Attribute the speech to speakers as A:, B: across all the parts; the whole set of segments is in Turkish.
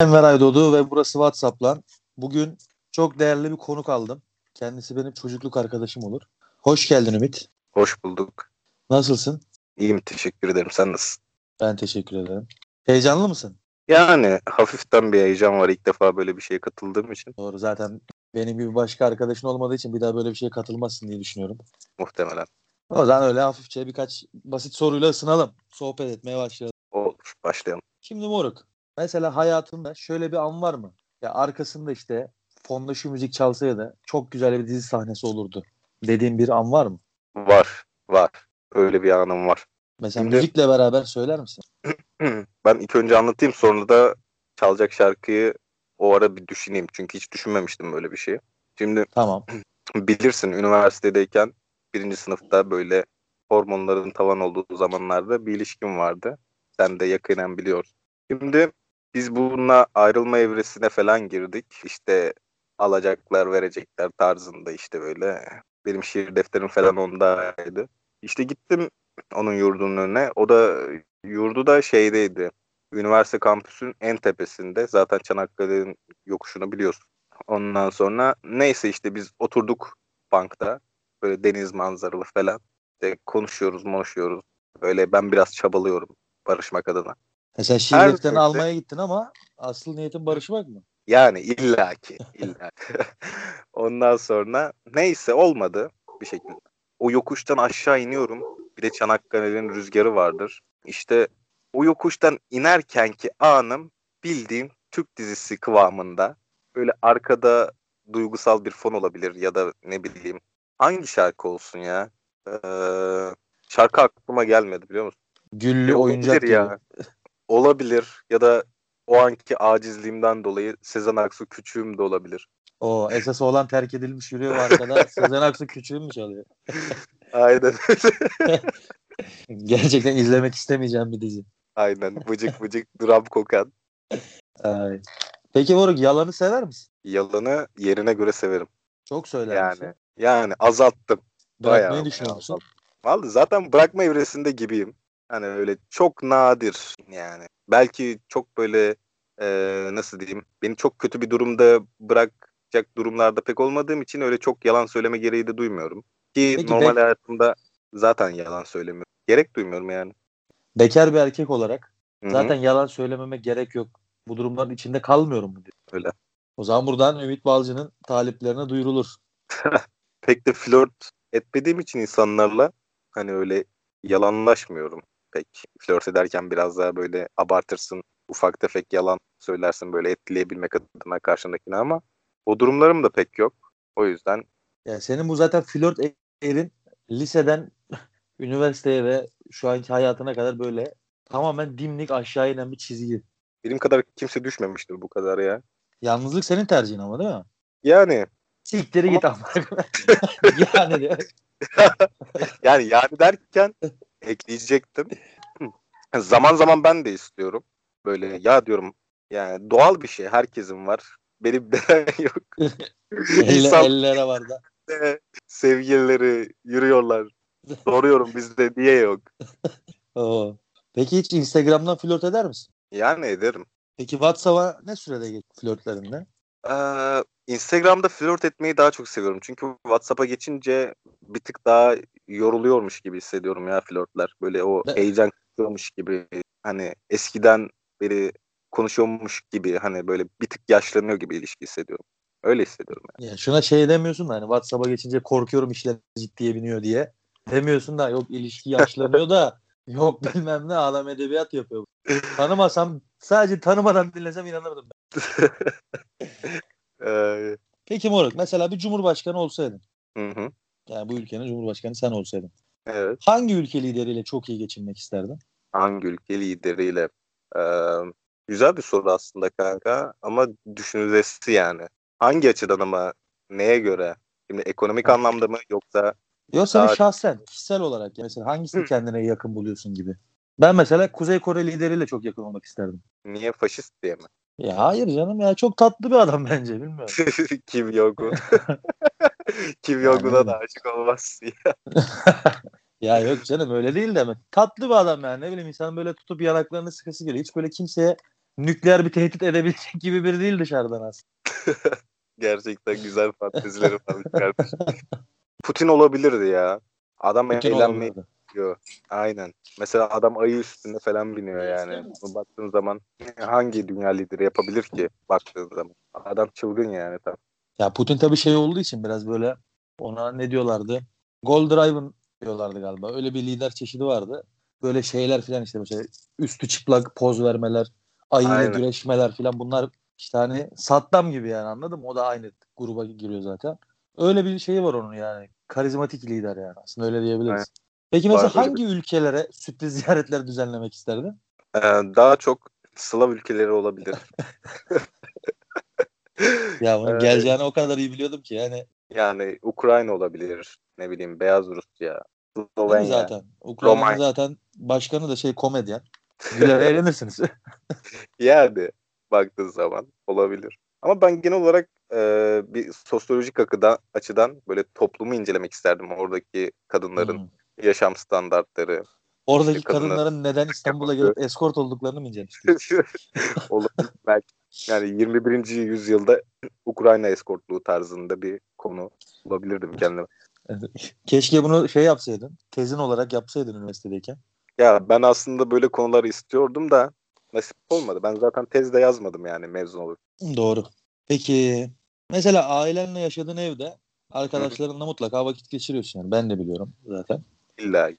A: Enver Aydoğdu ve burası WhatsApp'la. Bugün çok değerli bir konuk aldım. Kendisi benim çocukluk arkadaşım olur. Hoş geldin Ümit.
B: Hoş bulduk.
A: Nasılsın?
B: İyiyim teşekkür ederim. Sen nasılsın?
A: Ben teşekkür ederim. Heyecanlı mısın?
B: Yani hafiften bir heyecan var. İlk defa böyle bir şeye katıldığım için
A: Doğru zaten benim gibi başka arkadaşın olmadığı için bir daha böyle bir şeye katılmazsın diye düşünüyorum.
B: muhtemelen
A: O zaman öyle hafifçe birkaç basit soruyla ısınalım. Sohbet etmeye başlayalım.
B: olur. Başlayalım.
A: Şimdi moruk. Mesela hayatında şöyle bir an var mı? Ya arkasında işte fonda şu müzik çalsaydı çok güzel bir dizi sahnesi olurdu. Dediğin bir an var mı?
B: Var, var. Öyle bir anım var.
A: Mesela
B: Şimdi-
A: müzikle beraber söyler misin?
B: Ben ilk önce anlatayım sonra da çalacak şarkıyı o ara bir düşüneyim. Çünkü hiç düşünmemiştim böyle bir şeyi. Şimdi
A: Tamam.
B: bilirsin üniversitedeyken birinci sınıfta böyle hormonların tavan olduğu zamanlarda bir ilişkim vardı. Sen de yakinen biliyorsun. Şimdi biz bununla ayrılma evresine falan girdik. İşte alacaklar verecekler tarzında işte böyle. Benim şiir defterim falan ondaydı. İşte gittim onun yurdunun önüne. O da yurdu da şeydeydi. Üniversite kampüsünün en tepesinde. Zaten Çanakkale'nin yokuşunu biliyorsun. Ondan sonra neyse işte biz oturduk bankta. Böyle deniz manzaralı falan. İşte konuşuyoruz, konuşuyoruz. Böyle ben biraz çabalıyorum barışmak adına.
A: Mesela şiir
B: Her
A: defterini
B: neyse.
A: almaya gittin ama asıl niyetin barışmak mı?
B: Yani illaki, illaki. Ondan sonra neyse olmadı bir şekilde. O yokuştan aşağı iniyorum. Bir de Çanakkale'nin rüzgarı vardır. İşte o yokuştan inerken ki anım bildiğim Türk dizisi kıvamında. Böyle arkada duygusal bir fon olabilir ya da ne bileyim. Hangi şarkı olsun ya? Ee, şarkı aklıma gelmedi biliyor musun?
A: Güllü
B: Olabilir
A: oyuncak gibi.
B: Olabilir ya da o anki acizliğimden dolayı Sezen Aksu küçüğüm de olabilir.
A: O esas olan terk edilmiş yürüyor arkada. Sezen Aksu küçüğün mü çalıyor?
B: Aynen.
A: Gerçekten izlemek istemeyeceğim bir dizi.
B: Aynen. Vıcık vıcık dram kokan.
A: Ay. Peki Moruk yalanı sever misin?
B: Yalanı yerine göre severim.
A: Çok söyler misin?
B: Yani. Yani azalttım.
A: Bırakmayı
B: bayağı,
A: düşünüyor
B: bayağı
A: musun?
B: Vallahi zaten bırakma evresinde gibiyim. Hani öyle çok nadir yani. Belki çok böyle e, nasıl diyeyim? Beni çok kötü bir durumda bırakacak durumlarda pek olmadığım için öyle çok yalan söyleme gereği de duymuyorum. Ki
A: Peki,
B: normal
A: pek-
B: hayatımda zaten yalan söylemiyorum. Gerek duymuyorum yani.
A: Bekar bir erkek olarak
B: Hı-hı.
A: zaten yalan söylememe gerek yok. Bu durumların içinde kalmıyorum mu diyor.
B: Öyle.
A: O zaman buradan Ümit Balcı'nın taliplerine duyurulur.
B: pek de flört etmediğim için insanlarla hani öyle yalanlaşmıyorum pek. Flört ederken biraz daha böyle abartırsın, ufak tefek yalan söylersin böyle etkileyebilmek adına karşındakini ama o durumlarım da pek yok. O yüzden
A: Yani senin bu zaten flört erin liseden üniversiteye ve şu anki hayatına kadar böyle tamamen dimdik aşağı inen bir çizgi.
B: benim kadar kimse düşmemiştir bu kadar ya.
A: Yalnızlık senin tercihin ama değil mi?
B: Yani
A: Siktiri git ama. yani diyor.
B: yani yani derken ekleyecektim. zaman zaman ben de istiyorum. Böyle ya diyorum yani doğal bir şey herkesin var. Benim neden yok.
A: Elle,
B: İnsan-
A: ellere var da.
B: Ee, sevgilileri yürüyorlar. Soruyorum bizde niye yok?
A: Oo. Peki hiç Instagram'dan flört eder misin?
B: Yani ederim.
A: Peki WhatsApp'a ne sürede geç flörtlerinde?
B: Ee, Instagram'da flört etmeyi daha çok seviyorum. Çünkü WhatsApp'a geçince bir tık daha yoruluyormuş gibi hissediyorum ya flörtler. Böyle o
A: Be-
B: heyecan kırıyormuş gibi. Hani eskiden beri konuşuyormuş gibi. Hani böyle bir tık yaşlanıyor gibi ilişki hissediyorum. Öyle hissediyorum. yani.
A: Yani şuna şey demiyorsun da hani WhatsApp'a geçince korkuyorum işler ciddiye biniyor diye. Demiyorsun da yok ilişki yaşlanıyor da yok bilmem ne adam edebiyat yapıyor. Tanımasam sadece tanımadan dinlesem inanırdım. ben.
B: Ee,
A: Peki Moruk mesela bir cumhurbaşkanı olsaydın.
B: hı hı,
A: Yani bu ülkenin cumhurbaşkanı sen olsaydın.
B: evet.
A: Hangi ülke lideriyle çok iyi geçinmek isterdin?
B: hangi ülke lideriyle? Ee, güzel bir soru aslında kanka ama düşünülesi yani. Hangi açıdan ama neye göre? Şimdi ekonomik anlamda mı yoksa
A: Yoksa
B: Daha-
A: bir şahsen kişisel olarak ya mesela hangisini kendine yakın buluyorsun gibi. Ben mesela Kuzey Kore lideriyle çok yakın olmak isterdim.
B: niye faşist diye mi?
A: Ya hayır canım ya çok tatlı bir adam bence bilmiyorum.
B: Kim Jong-un. Kim Jong-un'a da aşık olmaz diye.
A: Ya yok canım öyle değil de mi? Tatlı bir adam yani ne bileyim insan böyle tutup yanaklarını sıkası geliyor. Hiç böyle kimseye nükleer bir tehdit edebilecek gibi biri değil dışarıdan aslında.
B: Gerçekten güzel fantezileri varmış kardeşim. Putin olabilirdi ya. Adam
A: Bütün
B: eğlenmeyi
A: olabilirdi.
B: istiyor. Aynen. Mesela adam ayı üstünde falan biniyor yani. Bu Baktığın zaman hangi dünya lideri yapabilir ki baktığın zaman? Adam çılgın yani tam.
A: Ya Putin tabii şey olduğu için biraz böyle ona ne diyorlardı? Gold Drive'ın diyorlardı galiba. Öyle bir lider çeşidi vardı. Böyle şeyler filan işte mesela üstü çıplak poz vermeler, ayıyla
B: Aynen.
A: güreşmeler filan bunlar işte hani Saddam gibi yani anladım. O da aynı gruba giriyor zaten. Öyle bir şeyi var onun yani. Karizmatik lider yani. Aslında öyle diyebiliriz.
B: Aynen.
A: Peki mesela
B: Var öyle
A: hangi ülkelere sürpriz ziyaretler düzenlemek isterdin?
B: Ee, daha çok Slav ülkeleri olabilir.
A: Ya bunun
B: Evet.
A: geleceğini o kadar iyi biliyordum ki yani.
B: yani Ukrayna olabilir. Ne bileyim Beyaz Rusya.
A: Değil mi
B: Slovenya.
A: zaten? Ukrayna'nın
B: Romanya.
A: zaten başkanı da şey komedyen. Güler eğlenirsiniz.
B: Yani baktığın zaman olabilir. Ama ben genel olarak e, bir sosyolojik akıda, açıdan böyle toplumu incelemek isterdim. Oradaki kadınların
A: Hmm.
B: yaşam standartları.
A: Oradaki
B: kadınlar-
A: kadınların neden İstanbul'a gelip eskort olduklarını mı incelemiştik?
B: olabilir. Belki yani 21. yüzyılda Ukrayna eskortluğu tarzında bir konu bulabilirdim kendime.
A: Keşke bunu şey yapsaydın. Tezin olarak yapsaydın üniversitedeyken.
B: Ya ben aslında böyle konuları istiyordum da nasip olmadı. Ben zaten tezde yazmadım yani mezun olup.
A: Hmm, Doğru. Peki mesela ailenle yaşadığın evde arkadaşlarınla mutlaka vakit geçiriyorsun. Yani ben de biliyorum zaten.
B: İlla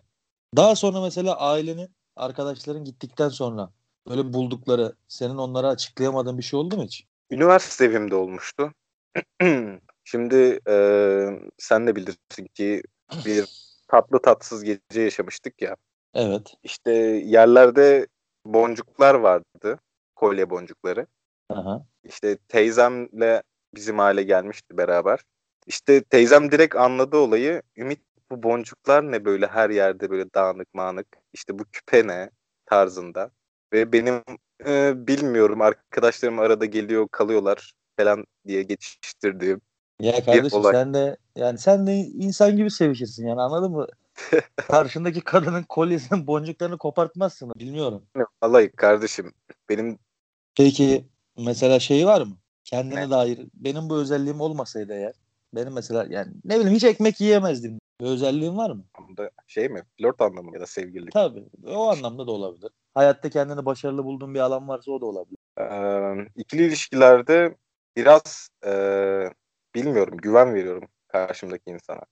A: Daha sonra mesela ailenin arkadaşların gittikten sonra böyle buldukları senin onlara açıklayamadığın bir şey oldu mu hiç?
B: Üniversite evimde olmuştu. Şimdi e, sen de bilirsin ki bir tatlı tatsız gece yaşamıştık ya.
A: Evet.
B: İşte yerlerde boncuklar vardı. Kolye boncukları.
A: Aha.
B: İşte teyzemle bizim aile gelmişti beraber. İşte teyzem direkt anladı olayı. Ümit bu boncuklar ne böyle her yerde böyle dağınık mağınık. İşte bu küpe ne tarzında. Ve benim e, bilmiyorum arkadaşlarım arada geliyor kalıyorlar falan diye geçiştirdiğim.
A: Ya kardeşim
B: olay.
A: sen de yani sen de insan gibi sevişirsin yani anladın mı? Karşındaki kadının kolyesinin boncuklarını kopartmazsın. Bilmiyorum.
B: Alay kardeşim benim
A: Peki mesela şey var mı? Kendine
B: Ne?
A: dair benim bu özelliğim olmasaydı eğer benim mesela yani ne bileyim hiç ekmek yiyemezdim. Bir özelliğin var mı?
B: anlamda şey mi flört anlamı ya da sevgililik.
A: Tabii. O anlamda da olabilir. Hayatta kendini başarılı bulduğun bir alan varsa o da olabilir.
B: Ee, ikili ilişkilerde biraz e, bilmiyorum güven veriyorum karşımdaki insana.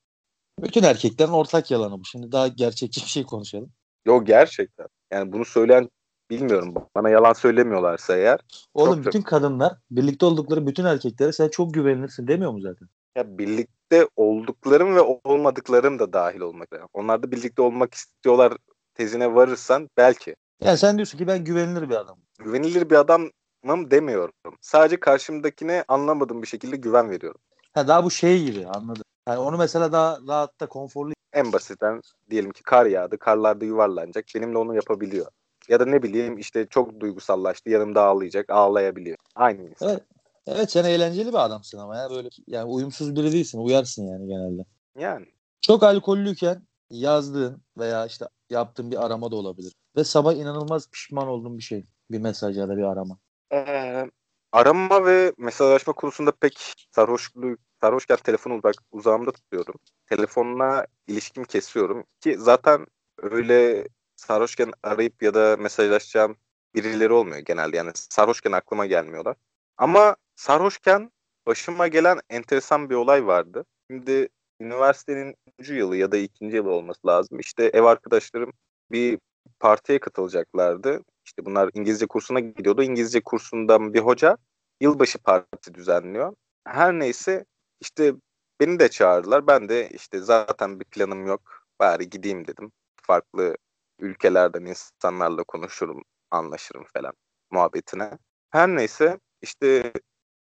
A: Bütün erkeklerin ortak yalanı bu. Şimdi daha gerçekçi bir şey konuşalım.
B: Yo gerçekten. Yani bunu söyleyen bilmiyorum. Bana yalan söylemiyorlarsa eğer.
A: Oğlum
B: Çok-
A: bütün kadınlar birlikte oldukları bütün erkeklere sen çok güvenilirsin demiyor mu zaten?
B: Ya birlikte olduklarım ve olmadıklarım da dahil olmak üzere. Onlar da birlikte olmak istiyorlar tezine varırsan belki.
A: Yani sen diyorsun ki ben güvenilir bir adamım.
B: Güvenilir bir adamım demiyorum. Sadece karşımdakine anlamadığım bir şekilde güven veriyorum.
A: Ha, daha bu şey gibi anladım. Yani onu mesela daha rahatta konforlu
B: En basitten diyelim ki kar yağdı. Karlarda yuvarlanacak. Benimle onu yapabiliyor. Ya da ne bileyim işte çok duygusallaştı. Yanımda ağlayacak. Ağlayabiliyor. Aynı insan.
A: Evet. Evet sen eğlenceli bir adamsın ama ya böyle yani uyumsuz biri değilsin uyarsın yani genelde.
B: Yani.
A: Çok alkollüyken yazdığın veya işte yaptığın bir arama da olabilir. Ve sabah inanılmaz pişman olduğun bir şey. Bir mesaj ya da bir arama.
B: Ee, arama ve mesajlaşma konusunda pek sarhoşluğu sarhoşken telefonu uzak, uzağımda tutuyorum. Telefonla ilişkimi kesiyorum ki zaten öyle sarhoşken arayıp ya da mesajlaşacağım birileri olmuyor genelde. Yani sarhoşken aklıma gelmiyorlar. Ama sarhoşken başıma gelen enteresan bir olay vardı. Şimdi üniversitenin 3. yılı ya da ikinci yılı olması lazım. İşte ev arkadaşlarım bir partiye katılacaklardı. İşte bunlar İngilizce kursuna gidiyordu. İngilizce kursundan bir hoca yılbaşı partisi düzenliyor. Her neyse işte beni de çağırdılar. Ben de işte zaten bir planım yok. Bari gideyim dedim. Farklı ülkelerden insanlarla konuşurum, anlaşırım falan muhabbetine. Her neyse işte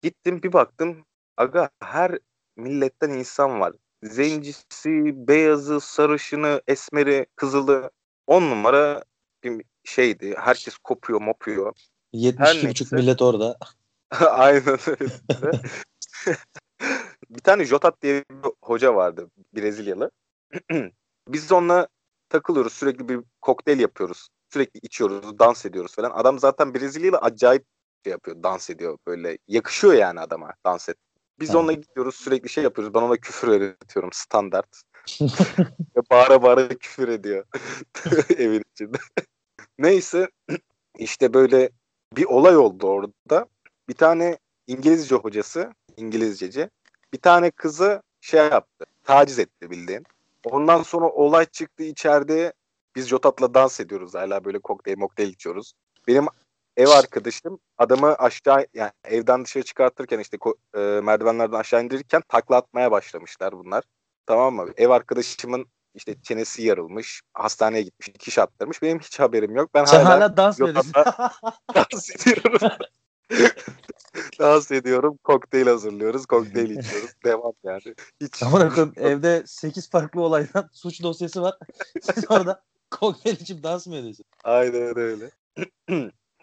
B: gittim bir baktım. Aga her milletten insan var. Zencisi, beyazı, sarışını, esmeri, kızılı. On numara bir şeydi. Herkes kopuyor mopuyor.
A: 72,5
B: neyse.
A: millet orada.
B: Aynen öyle. bir tane Jotat diye bir hoca vardı Brezilyalı. Biz onunla takılıyoruz sürekli bir kokteyl yapıyoruz. Sürekli içiyoruz, dans ediyoruz falan. Adam zaten Brezilyalı acayip şey yapıyor, dans ediyor böyle. Yakışıyor yani adama dans et. Biz
A: Ha.
B: onunla gidiyoruz sürekli şey yapıyoruz. Ben ona küfür öğretiyorum standart. Ve bağıra bağıra küfür ediyor evin içinde. Neyse işte böyle bir olay oldu orada. Bir tane İngilizce hocası, İngilizceci bir tane kızı şey yaptı. Taciz etti bildiğin. Ondan sonra olay çıktı içeride. Biz Jotat'la dans ediyoruz hala böyle kokteyl mokteyl içiyoruz. Benim ev arkadaşım adamı aşağı yani evden dışarı çıkartırken işte ko- e, merdivenlerden aşağı indirirken takla atmaya başlamışlar bunlar. Tamam mı? Ev arkadaşımın işte çenesi yarılmış. Hastaneye gitmiş. iki iş attırmış. Benim hiç haberim yok. Ben
A: Sen
B: hala
A: hala dans mı
B: Yok,
A: ediyorsun?
B: dans ediyorum. dans ediyorum. Kokteyl hazırlıyoruz. Kokteyl içiyoruz. Devam yani. Hiç.
A: Amına koyayım evde 8 farklı olaydan suç dosyası var. Siz orada kokteyl içip dans mı ediyorsun?
B: Aynen öyle.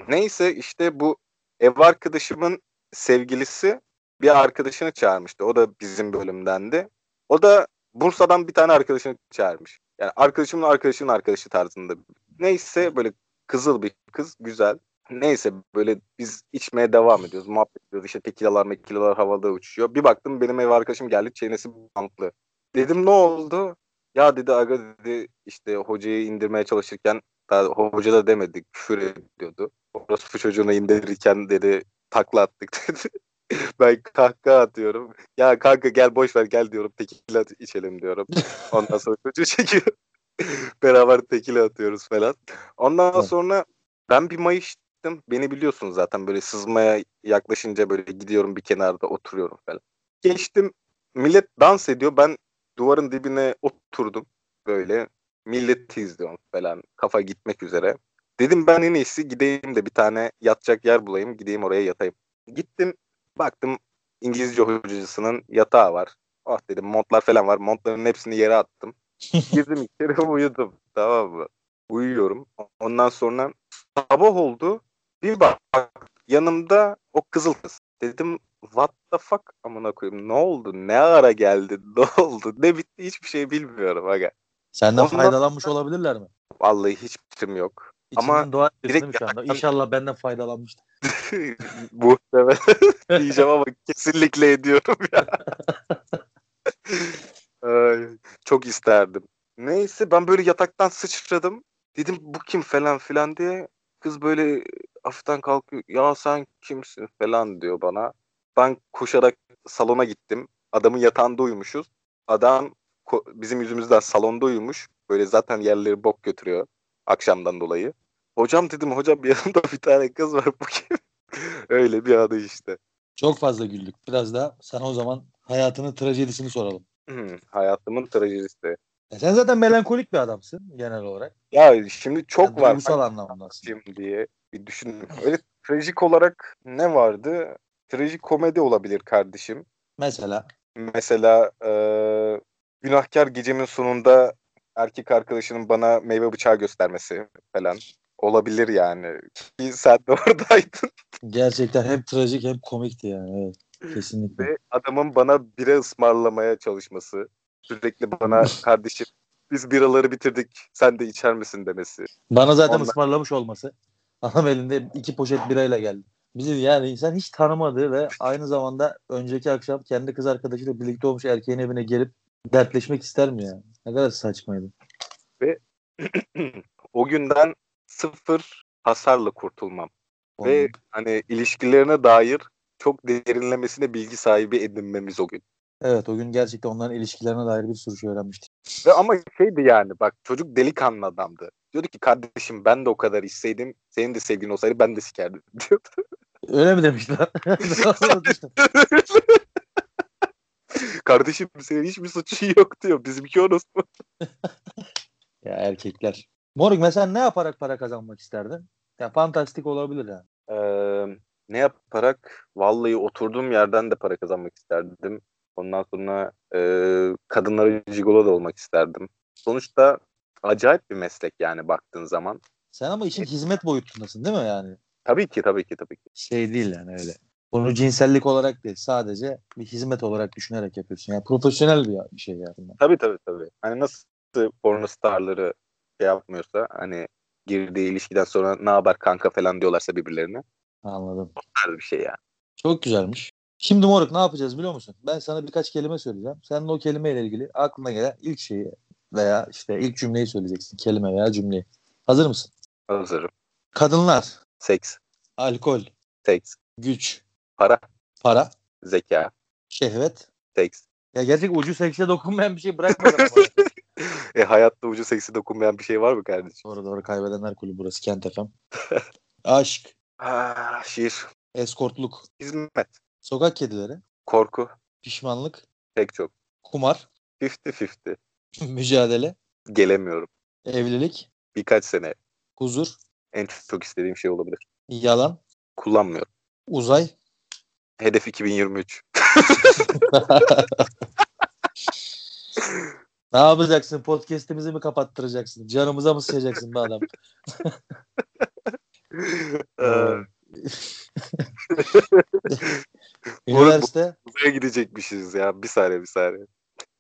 B: Neyse işte bu ev arkadaşımın sevgilisi bir arkadaşını çağırmıştı. O da bizim bölümdendi. O da Bursa'dan bir tane arkadaşını çağırmış. Yani arkadaşımın arkadaşının arkadaşı tarzında. Neyse böyle kızıl bir kız güzel. Neyse böyle biz içmeye devam ediyoruz. Muhabbet ediyoruz. İşte tekilalar mekilalar havada uçuyor. Bir baktım benim ev arkadaşım geldi. Çenesi bantlı. Dedim ne oldu? Ya dedi aga dedi işte hocayı indirmeye çalışırken daha hoca da demedi küfür ediyordu. Orospu çocuğuna indirirken dedi takla attık dedi. ben kahkaha atıyorum. Ya kanka gel boş ver gel diyorum tekila at- içelim diyorum. Ondan sonra çocuğu çekiyor. Beraber tekila atıyoruz falan. Ondan
A: Evet. sonra
B: sonra ben bir mayıştım. Beni biliyorsun zaten böyle sızmaya yaklaşınca böyle gidiyorum bir kenarda oturuyorum falan. Geçtim millet dans ediyor. Ben duvarın dibine oturdum böyle milleti izliyorum falan. Kafa gitmek üzere. Dedim ben en iyisi gideyim de bir tane yatacak yer bulayım. Gideyim oraya yatayım. Gittim baktım İngilizce hocasının yatağı var. Ah dedim montlar falan var. Montların hepsini yere attım. Girdim içeri uyudum. Tamam mı? Uyuyorum. Ondan sonra sabah oldu. Bir bak yanımda o kızıl kız. Dedim what the fuck amına koyayım ne oldu ne ara geldi ne oldu ne bitti hiçbir şey bilmiyorum aga.
A: Senden
B: Ondan-
A: faydalanmış olabilirler mi?
B: Vallahi hiç fikrim yok.
A: İçinden
B: Ama
A: dua ediyorsun değil mi
B: direkt
A: şu anda?
B: yataktan-
A: İnşallah benden faydalanmıştır.
B: Muhtemelen diyeceğim ama kesinlikle ediyorum ya. Ay, çok isterdim. Neyse ben böyle yataktan sıçradım. Dedim bu kim falan filan diye. Kız böyle hafiften kalkıyor. Ya sen kimsin falan diyor bana. Ben koşarak salona gittim. Adamın yatağında uyumuşuz. Adam ko- bizim yüzümüzden salonda uyumuş. Böyle zaten yerleri bok götürüyor akşamdan dolayı. Hocam dedim hocam yanımda bir tane kız var bu kim? Öyle bir adı işte.
A: Çok fazla güldük. Biraz daha sana o zaman hayatının trajedisini soralım.
B: Hmm, hayatımın trajedisi.
A: E sen zaten melankolik bir adamsın genel olarak.
B: Ya şimdi çok
A: Yani
B: var.
A: Duygusal anlamda aslında.
B: Kim diye bir düşündüm. Öyle trajik olarak ne vardı? Trajik komedi olabilir kardeşim.
A: Mesela
B: Mesela eee, günahkar gecemin sonunda erkek arkadaşının bana meyve bıçağı göstermesi falan olabilir yani. Ki sen de oradaydın.
A: gerçekten hem trajik hem komikti yani. Evet. Kesinlikle.
B: Ve adamın bana bira ısmarlamaya çalışması. Sürekli bana kardeşim biz biraları bitirdik sen de içer misin demesi.
A: Bana zaten
B: Ondan-
A: ısmarlamış olması. Adam elinde iki poşet birayla geldi. Bizi yani insan hiç tanımadığı ve aynı zamanda önceki akşam kendi kız arkadaşıyla birlikte olmuş erkeğin evine gelip dertleşmek ister mi ya? Ne kadar saçmaydı.
B: O günden sıfır hasarla kurtulmam. Ve
A: Oğlum,
B: hani ilişkilerine dair çok derinlemesine bilgi sahibi edinmemiz o gün.
A: Evet o gün gerçekten onların ilişkilerine dair bir sürü şey öğrenmiştik.
B: Ve ama şeydi yani bak çocuk delikanlı adamdı. Diyordu ki kardeşim ben de o kadar içseydim senin de sevgilin olsaydı ben de sikerdim diyordu.
A: Öyle mi demişler?
B: kardeşim senin hiçbir suçun yok diyor. Bizimki orası mı?
A: ya erkekler. Moruk mesela ne yaparak para kazanmak isterdin? Ya fantastik olabilir yani.
B: Ee, ne yaparak? Vallahi oturduğum yerden de para kazanmak isterdim. Ondan sonra e, kadınlara jigolo da olmak isterdim. Sonuçta acayip bir meslek yani baktığın zaman.
A: Sen ama işin hizmet boyutundasın değil mi yani?
B: Tabii ki tabii ki tabii ki.
A: şey değil yani öyle. Bunu cinsellik olarak değil sadece bir hizmet olarak düşünerek yapıyorsun. Yani profesyonel bir bir şey yani.
B: Tabii tabii tabii. Hani nasıl porno starları şey yapmıyorsa hani girdiği ilişkiden sonra ne haber kanka falan diyorlarsa birbirlerine.
A: Anladım.
B: Her bir şey yani.
A: Çok güzelmiş. Şimdi moruk ne yapacağız biliyor musun? Ben sana birkaç kelime söyleyeceğim. Sen de o kelimeyle ilgili aklına gelen ilk şeyi veya işte ilk cümleyi söyleyeceksin. Kelime veya cümleyi. Hazır mısın?
B: Hazırım.
A: Kadınlar,
B: Seks,
A: alkol,
B: seks,
A: güç,
B: para,
A: para,
B: zeka,
A: şehvet.
B: seks.
A: Ya gerçek ucu sekse dokunmayan bir şey bırakmadan ama.
B: E hayatta ucu seksi dokunmayan bir şey var mı kardeşim?
A: doğru doğru kaybedenler kulübü burası Kent FM. Aşk,
B: Ah, şiir,
A: eskortluk,
B: hizmet,
A: sokak kedileri,
B: korku,
A: pişmanlık,
B: pek çok.
A: kumar,
B: 50-50.
A: mücadele,
B: Gelemiyorum.
A: evlilik,
B: Birkaç sene
A: huzur,
B: en çok istediğim şey olabilir.
A: yalan,
B: Kullanmıyorum.
A: uzay,
B: Hedef 2023.
A: Ne yapacaksın? Podcast'imizi mi kapattıracaksın? Canımıza mı sıçacaksın be adam?
B: Ee,
A: Üniversite
B: Uzaya gidecekmişiz ya. Bir saniye bir saniye.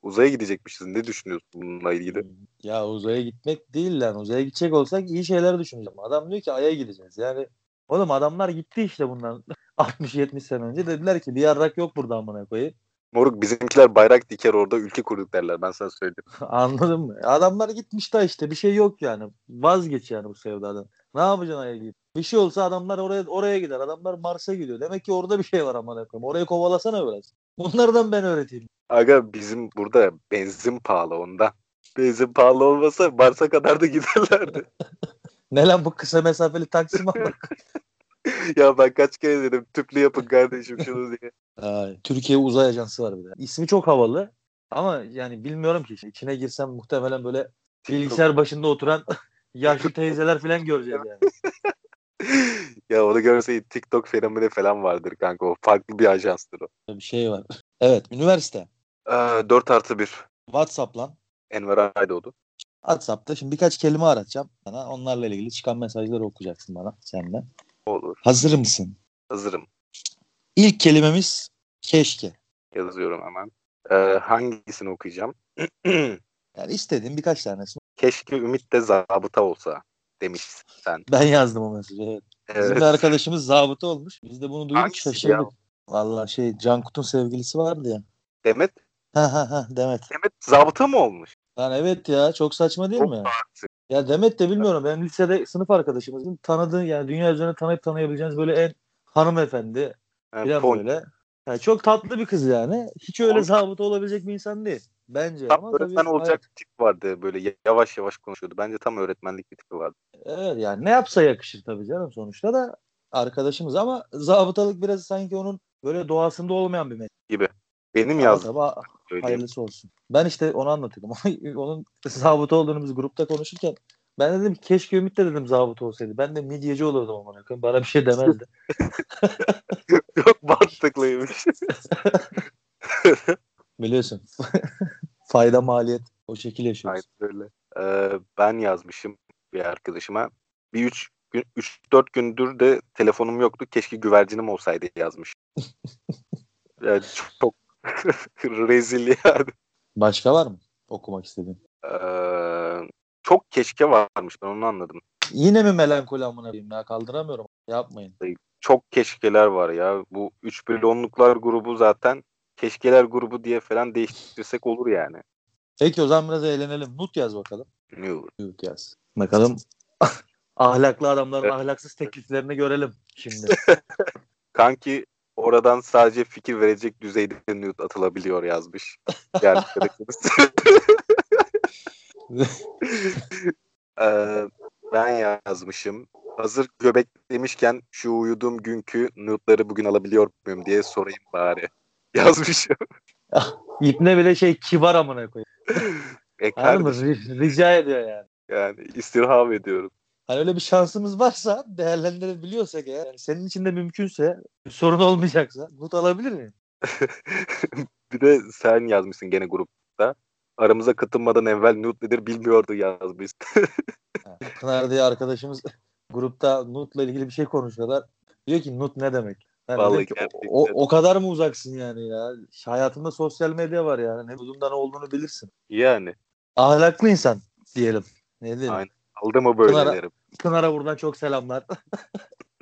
B: Uzaya gidecekmişiz. Ne düşünüyorsun bununla ilgili?
A: ya uzaya gitmek değil lan. Uzaya gidecek olsak iyi şeyler düşüneceğim. Adam diyor ki Ay'a gideceğiz. Yani oğlum adamlar gitti işte bundan 60-70 sene önce. Dediler ki bir yarrak yok burada amına koyayım.
B: Moruk bizimkiler bayrak diker orada ülke kurduk derler. Ben sana söyleyeyim.
A: Anladın mı? Adamlar gitmiş de işte bir şey yok yani. Vazgeç yani bu sevdadan. Ne yapacaksın Ay'a gidip? Bir şey olsa adamlar oraya oraya gider. Adamlar Mars'a gidiyor. Demek ki orada bir şey var amına koyayım. Orayı kovalasana biraz. Bunlardan ben öğreteyim.
B: Aga bizim burada benzin pahalı ondan. Benzin pahalı olmasa Mars'a kadar da giderlerdi.
A: Ne lan bu kısa mesafeli taksi mi?
B: ya ben kaç kere dedim tüplü yapın kardeşim şunu diye.
A: Ay, Türkiye Uzay Ajansı var bir de. İsmi çok havalı ama yani bilmiyorum ki. İçine girsem muhtemelen böyle bilgisayar başında oturan yaşlı teyzeler falan göreceğiz yani.
B: ya onu görseydin TikTok fenomeni falan vardır kanka. O farklı bir ajanstır o.
A: Böyle Bir şey var. Evet üniversite.
B: Ee, 4 artı 1.
A: WhatsApp lan.
B: Enver Aydoğdu.
A: WhatsApp'ta şimdi birkaç kelime aratacağım sana. Onlarla ilgili çıkan mesajları okuyacaksın bana sen de.
B: Olur.
A: Hazır mısın?
B: Hazırım.
A: İlk kelimemiz keşke.
B: Yazıyorum hemen. Ee, hangisini okuyacağım?
A: Yani istediğin birkaç tanesini.
B: Keşke Ümit de zabıta olsa demişsin sen.
A: Ben yazdım o mesajı. Evet. Bizim
B: Evet.
A: bir arkadaşımız zabıta olmuş. Biz de bunu duyduk
B: Hangisi
A: şaşırdık.
B: ya?
A: Valla şey Cankut'un sevgilisi vardı ya.
B: Demet,
A: Ha ha ha Demet.
B: Demet zabıta mı olmuş?
A: Lan evet ya çok saçma değil
B: Çok
A: mi?
B: artık.
A: Ya Demet de bilmiyorum. Benim lisede sınıf arkadaşımızın tanıdığı yani dünya üzerine tanıyıp tanıyabileceğiniz böyle en hanımefendi
B: Yani
A: falan
B: fon-
A: böyle. Yani çok tatlı bir kız yani. Hiç öyle zabıta olabilecek bir insan değil. Bence
B: Tam
A: ama
B: öğretmen
A: tabii
B: olacak tip vardı böyle yavaş yavaş konuşuyordu. Bence tam öğretmenlik bir tipi vardı.
A: hayat- evet yani ne yapsa yakışır tabii canım sonuçta da arkadaşımız ama zabıtalık biraz sanki onun böyle doğasında olmayan bir meslek.
B: Benim
A: Ama
B: yazdım.
A: tabii
B: söyleyeyim.
A: Hayırlısı olsun. Ben işte onu anlatıyordum. Onun zabıta olduğunu biz grupta konuşurken ben dedim ki keşke Ümit de dedim zabıta olsaydı. Ben de midyeci olurdum ama bana bir şey demezdi.
B: Çok mantıklıymış.
A: Biliyorsun. Fayda maliyet o şekil yaşıyoruz.
B: Aynen öyle. Ee, ben yazmışım bir arkadaşıma. Bir üç gün, üç dört gündür de telefonum yoktu. Keşke güvercinim olsaydı yazmış. yani çok, çok rezil yani.
A: Başka var mı okumak istediğin?
B: Ee, çok keşke varmış. Ben onu anladım.
A: Yine mi melankoli amına koyayım ya kaldıramıyorum. Yapmayın.
B: Çok keşkeler var ya. Bu 3 bölü 10'luklar grubu zaten keşkeler grubu diye falan değiştirsek olur yani.
A: Peki o zaman biraz eğlenelim. Nut yaz bakalım.
B: Ne olur.
A: Nut yaz. Bakalım ahlaklı adamların
B: Evet.
A: ahlaksız tekliflerini görelim şimdi.
B: Kanki oradan sadece fikir verecek düzeyde nude atılabiliyor yazmış. Yani arkadaşımız. Ee, ben yazmışım. Hazır göbek demişken şu uyuduğum günkü nude'ları bugün alabiliyor muyum diye sorayım bari. Yazmışım.
A: İpne bile şey kibar amına koyayım.
B: E
A: Anladın mı?
B: kardeşim
A: Ri- rica ediyor yani.
B: yani istirham ediyorum.
A: Hani öyle bir şansımız varsa değerlendirebiliyorsak eğer yani senin için de mümkünse bir sorun olmayacaksa not alabilir miyim?
B: Bir de sen yazmışsın gene grupta. Aramıza katılmadan evvel nude nedir bilmiyordu yazmış.
A: Ha, Pınar diye arkadaşımız grupta Nut'la ilgili bir şey konuşuyorlar. Diyor ki Nut ne demek? Ben
B: Vallahi
A: dedim ki,
B: gerçekten.
A: o, o kadar mı uzaksın yani ya? Hayatında sosyal medya var yani. Ne bundan ne olduğunu bilirsin.
B: Yani
A: Ahlaklı insan diyelim. Ne diyelim?
B: Aynen. aldı mı böylelerim?
A: Pınar'a buradan çok selamlar.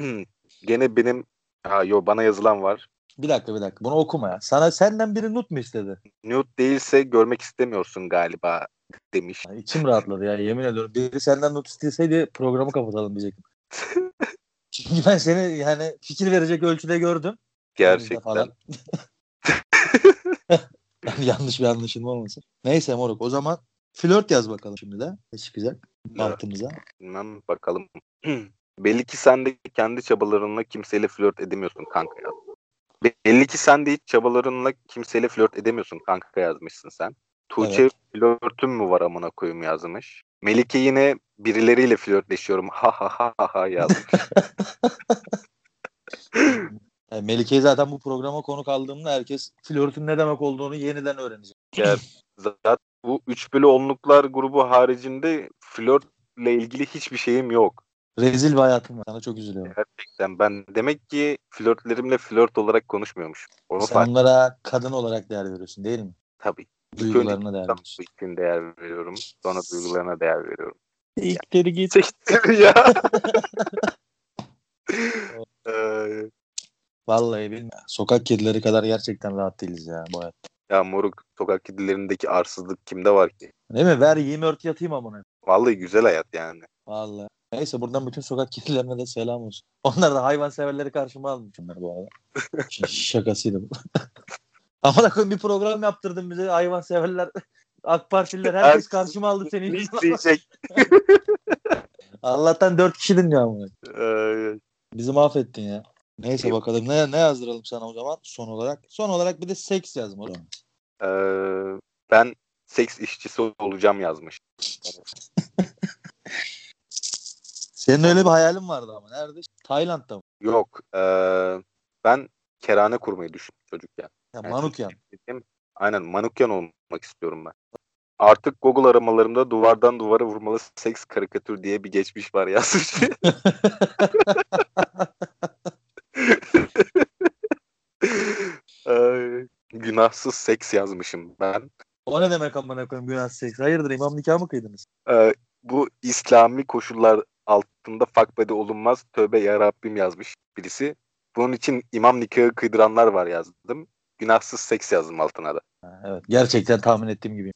B: Hmm. Gene benim ha, yo bana yazılan var.
A: Bir dakika bir dakika bunu okuma ya. Sana senden biri nut mu istedi?
B: Nude değilse görmek istemiyorsun galiba demiş.
A: Ya içim rahatladı ya yemin ediyorum. Biri senden nut isteseydi programı kapatalım diyecektim. Çünkü ben seni yani fikir verecek ölçüde gördüm.
B: Gerçekten.
A: Falan. Yani yanlış bir anlaşılma olmasın. Neyse moruk o zaman flört yaz bakalım şimdi de. Ne çıkacak mantığımıza.
B: Bilmem bakalım. Belli ki sen de kendi çabalarınla kimseyle flört edemiyorsun kanka ya. Belli ki sen de hiç çabalarınla kimseyle flört edemiyorsun kanka yazmışsın sen. Tuğçe flörtüm mü var amına koyayım yazmış. Melike yine birileriyle flörtleşiyorum ha ha ha ha ha yazmış.
A: Yani Melike'yi zaten bu programa konuk aldığımda herkes flörtün ne demek olduğunu yeniden öğrenecek.
B: Zaten bu 3 bölü 10'luklar grubu haricinde flörtle ilgili hiçbir şeyim yok.
A: Rezil bir hayatım var. Sana çok üzülüyorum.
B: Yani ben demek ki flörtlerimle flört olarak konuşmuyormuş. Onu
A: Sen
B: fark
A: onlara kadın olarak değer veriyorsun değil mi?
B: tabii. İlk önce
A: Duygularına değer
B: Tam
A: veriyorsun.
B: bu için değer veriyorum. Sonra duygularına değer veriyorum.
A: İlkleri git.
B: Çektir ya. Ee,
A: Vallahi bilmiyorum. Sokak kedileri kadar gerçekten rahat değiliz ya bu hayat.
B: ya moruk sokak kedilerindeki arsızlık kimde var ki?
A: Değil mi? Ver yiyeyim ört yatayım amına.
B: Vallahi güzel hayat yani.
A: Vallahi. Neyse buradan bütün sokak kedilerine de selam olsun. Onlar da hayvan severleri karşıma almış bunlar bu arada. Ş- Şakasıydı bu. Ama da koyun bir program yaptırdın bize hayvan severler. AK Partililer herkes
B: Herkes-
A: karşıma aldı seni.
B: Hiç diyecek.
A: Allah'tan dört kişi dinliyor amına.
B: Ee,
A: Bizi mahvettin ya. Neyse bakalım ne ne yazdıralım sana o zaman son olarak. Son olarak bir de seks yazma. o zaman.
B: e, ben seks işçisi olacağım yazmış.
A: Senin öyle bir hayalin vardı ama nerede? Tayland'da mı?
B: Yok. e, ben kerane kurmayı düşündüm çocukken.
A: Ya
B: Evet.
A: Manukyan.
B: Dedim, Aynen manukyan olmak istiyorum ben. Artık Google aramalarında duvardan duvara vurmalı seks karikatür diye bir geçmiş var yazmış. Ay, günahsız seks yazmışım ben.
A: O ne demek amına koyayım günah seks? Hayırdır imam nikahı mı kıydınız?
B: Ee, bu İslami koşullar altında fakbede olunmaz tövbe yarabbim yazmış birisi. Bunun için imam nikahı kıydıranlar var yazdım. Günahsız seks yazdım altına da.
A: Ha, evet gerçekten tahmin ettiğim gibi.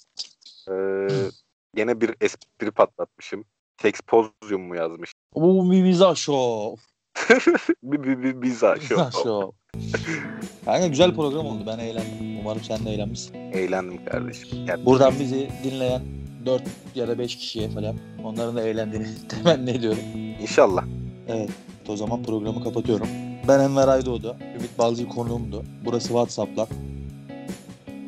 B: Ee, gene bir espri patlatmışım. Sexpozyum mu yazmış?
A: Bu bir mizah şov.
B: bir bir bir biza şu.
A: Mizah şov. Kanka güzel program oldu. Ben eğlendim. Umarım sen de eğlenmişsin.
B: Eğlendim kardeşim. Yani
A: Buradan bizi dinleyen 4 ya da 5 kişiye falan onların da eğlendiğini temenni ediyorum.
B: inşallah.
A: Evet. O zaman programı kapatıyorum. Ben Enver Aydoğdu. Ümit Balcı konuğumdu. Burası WhatsApp'la.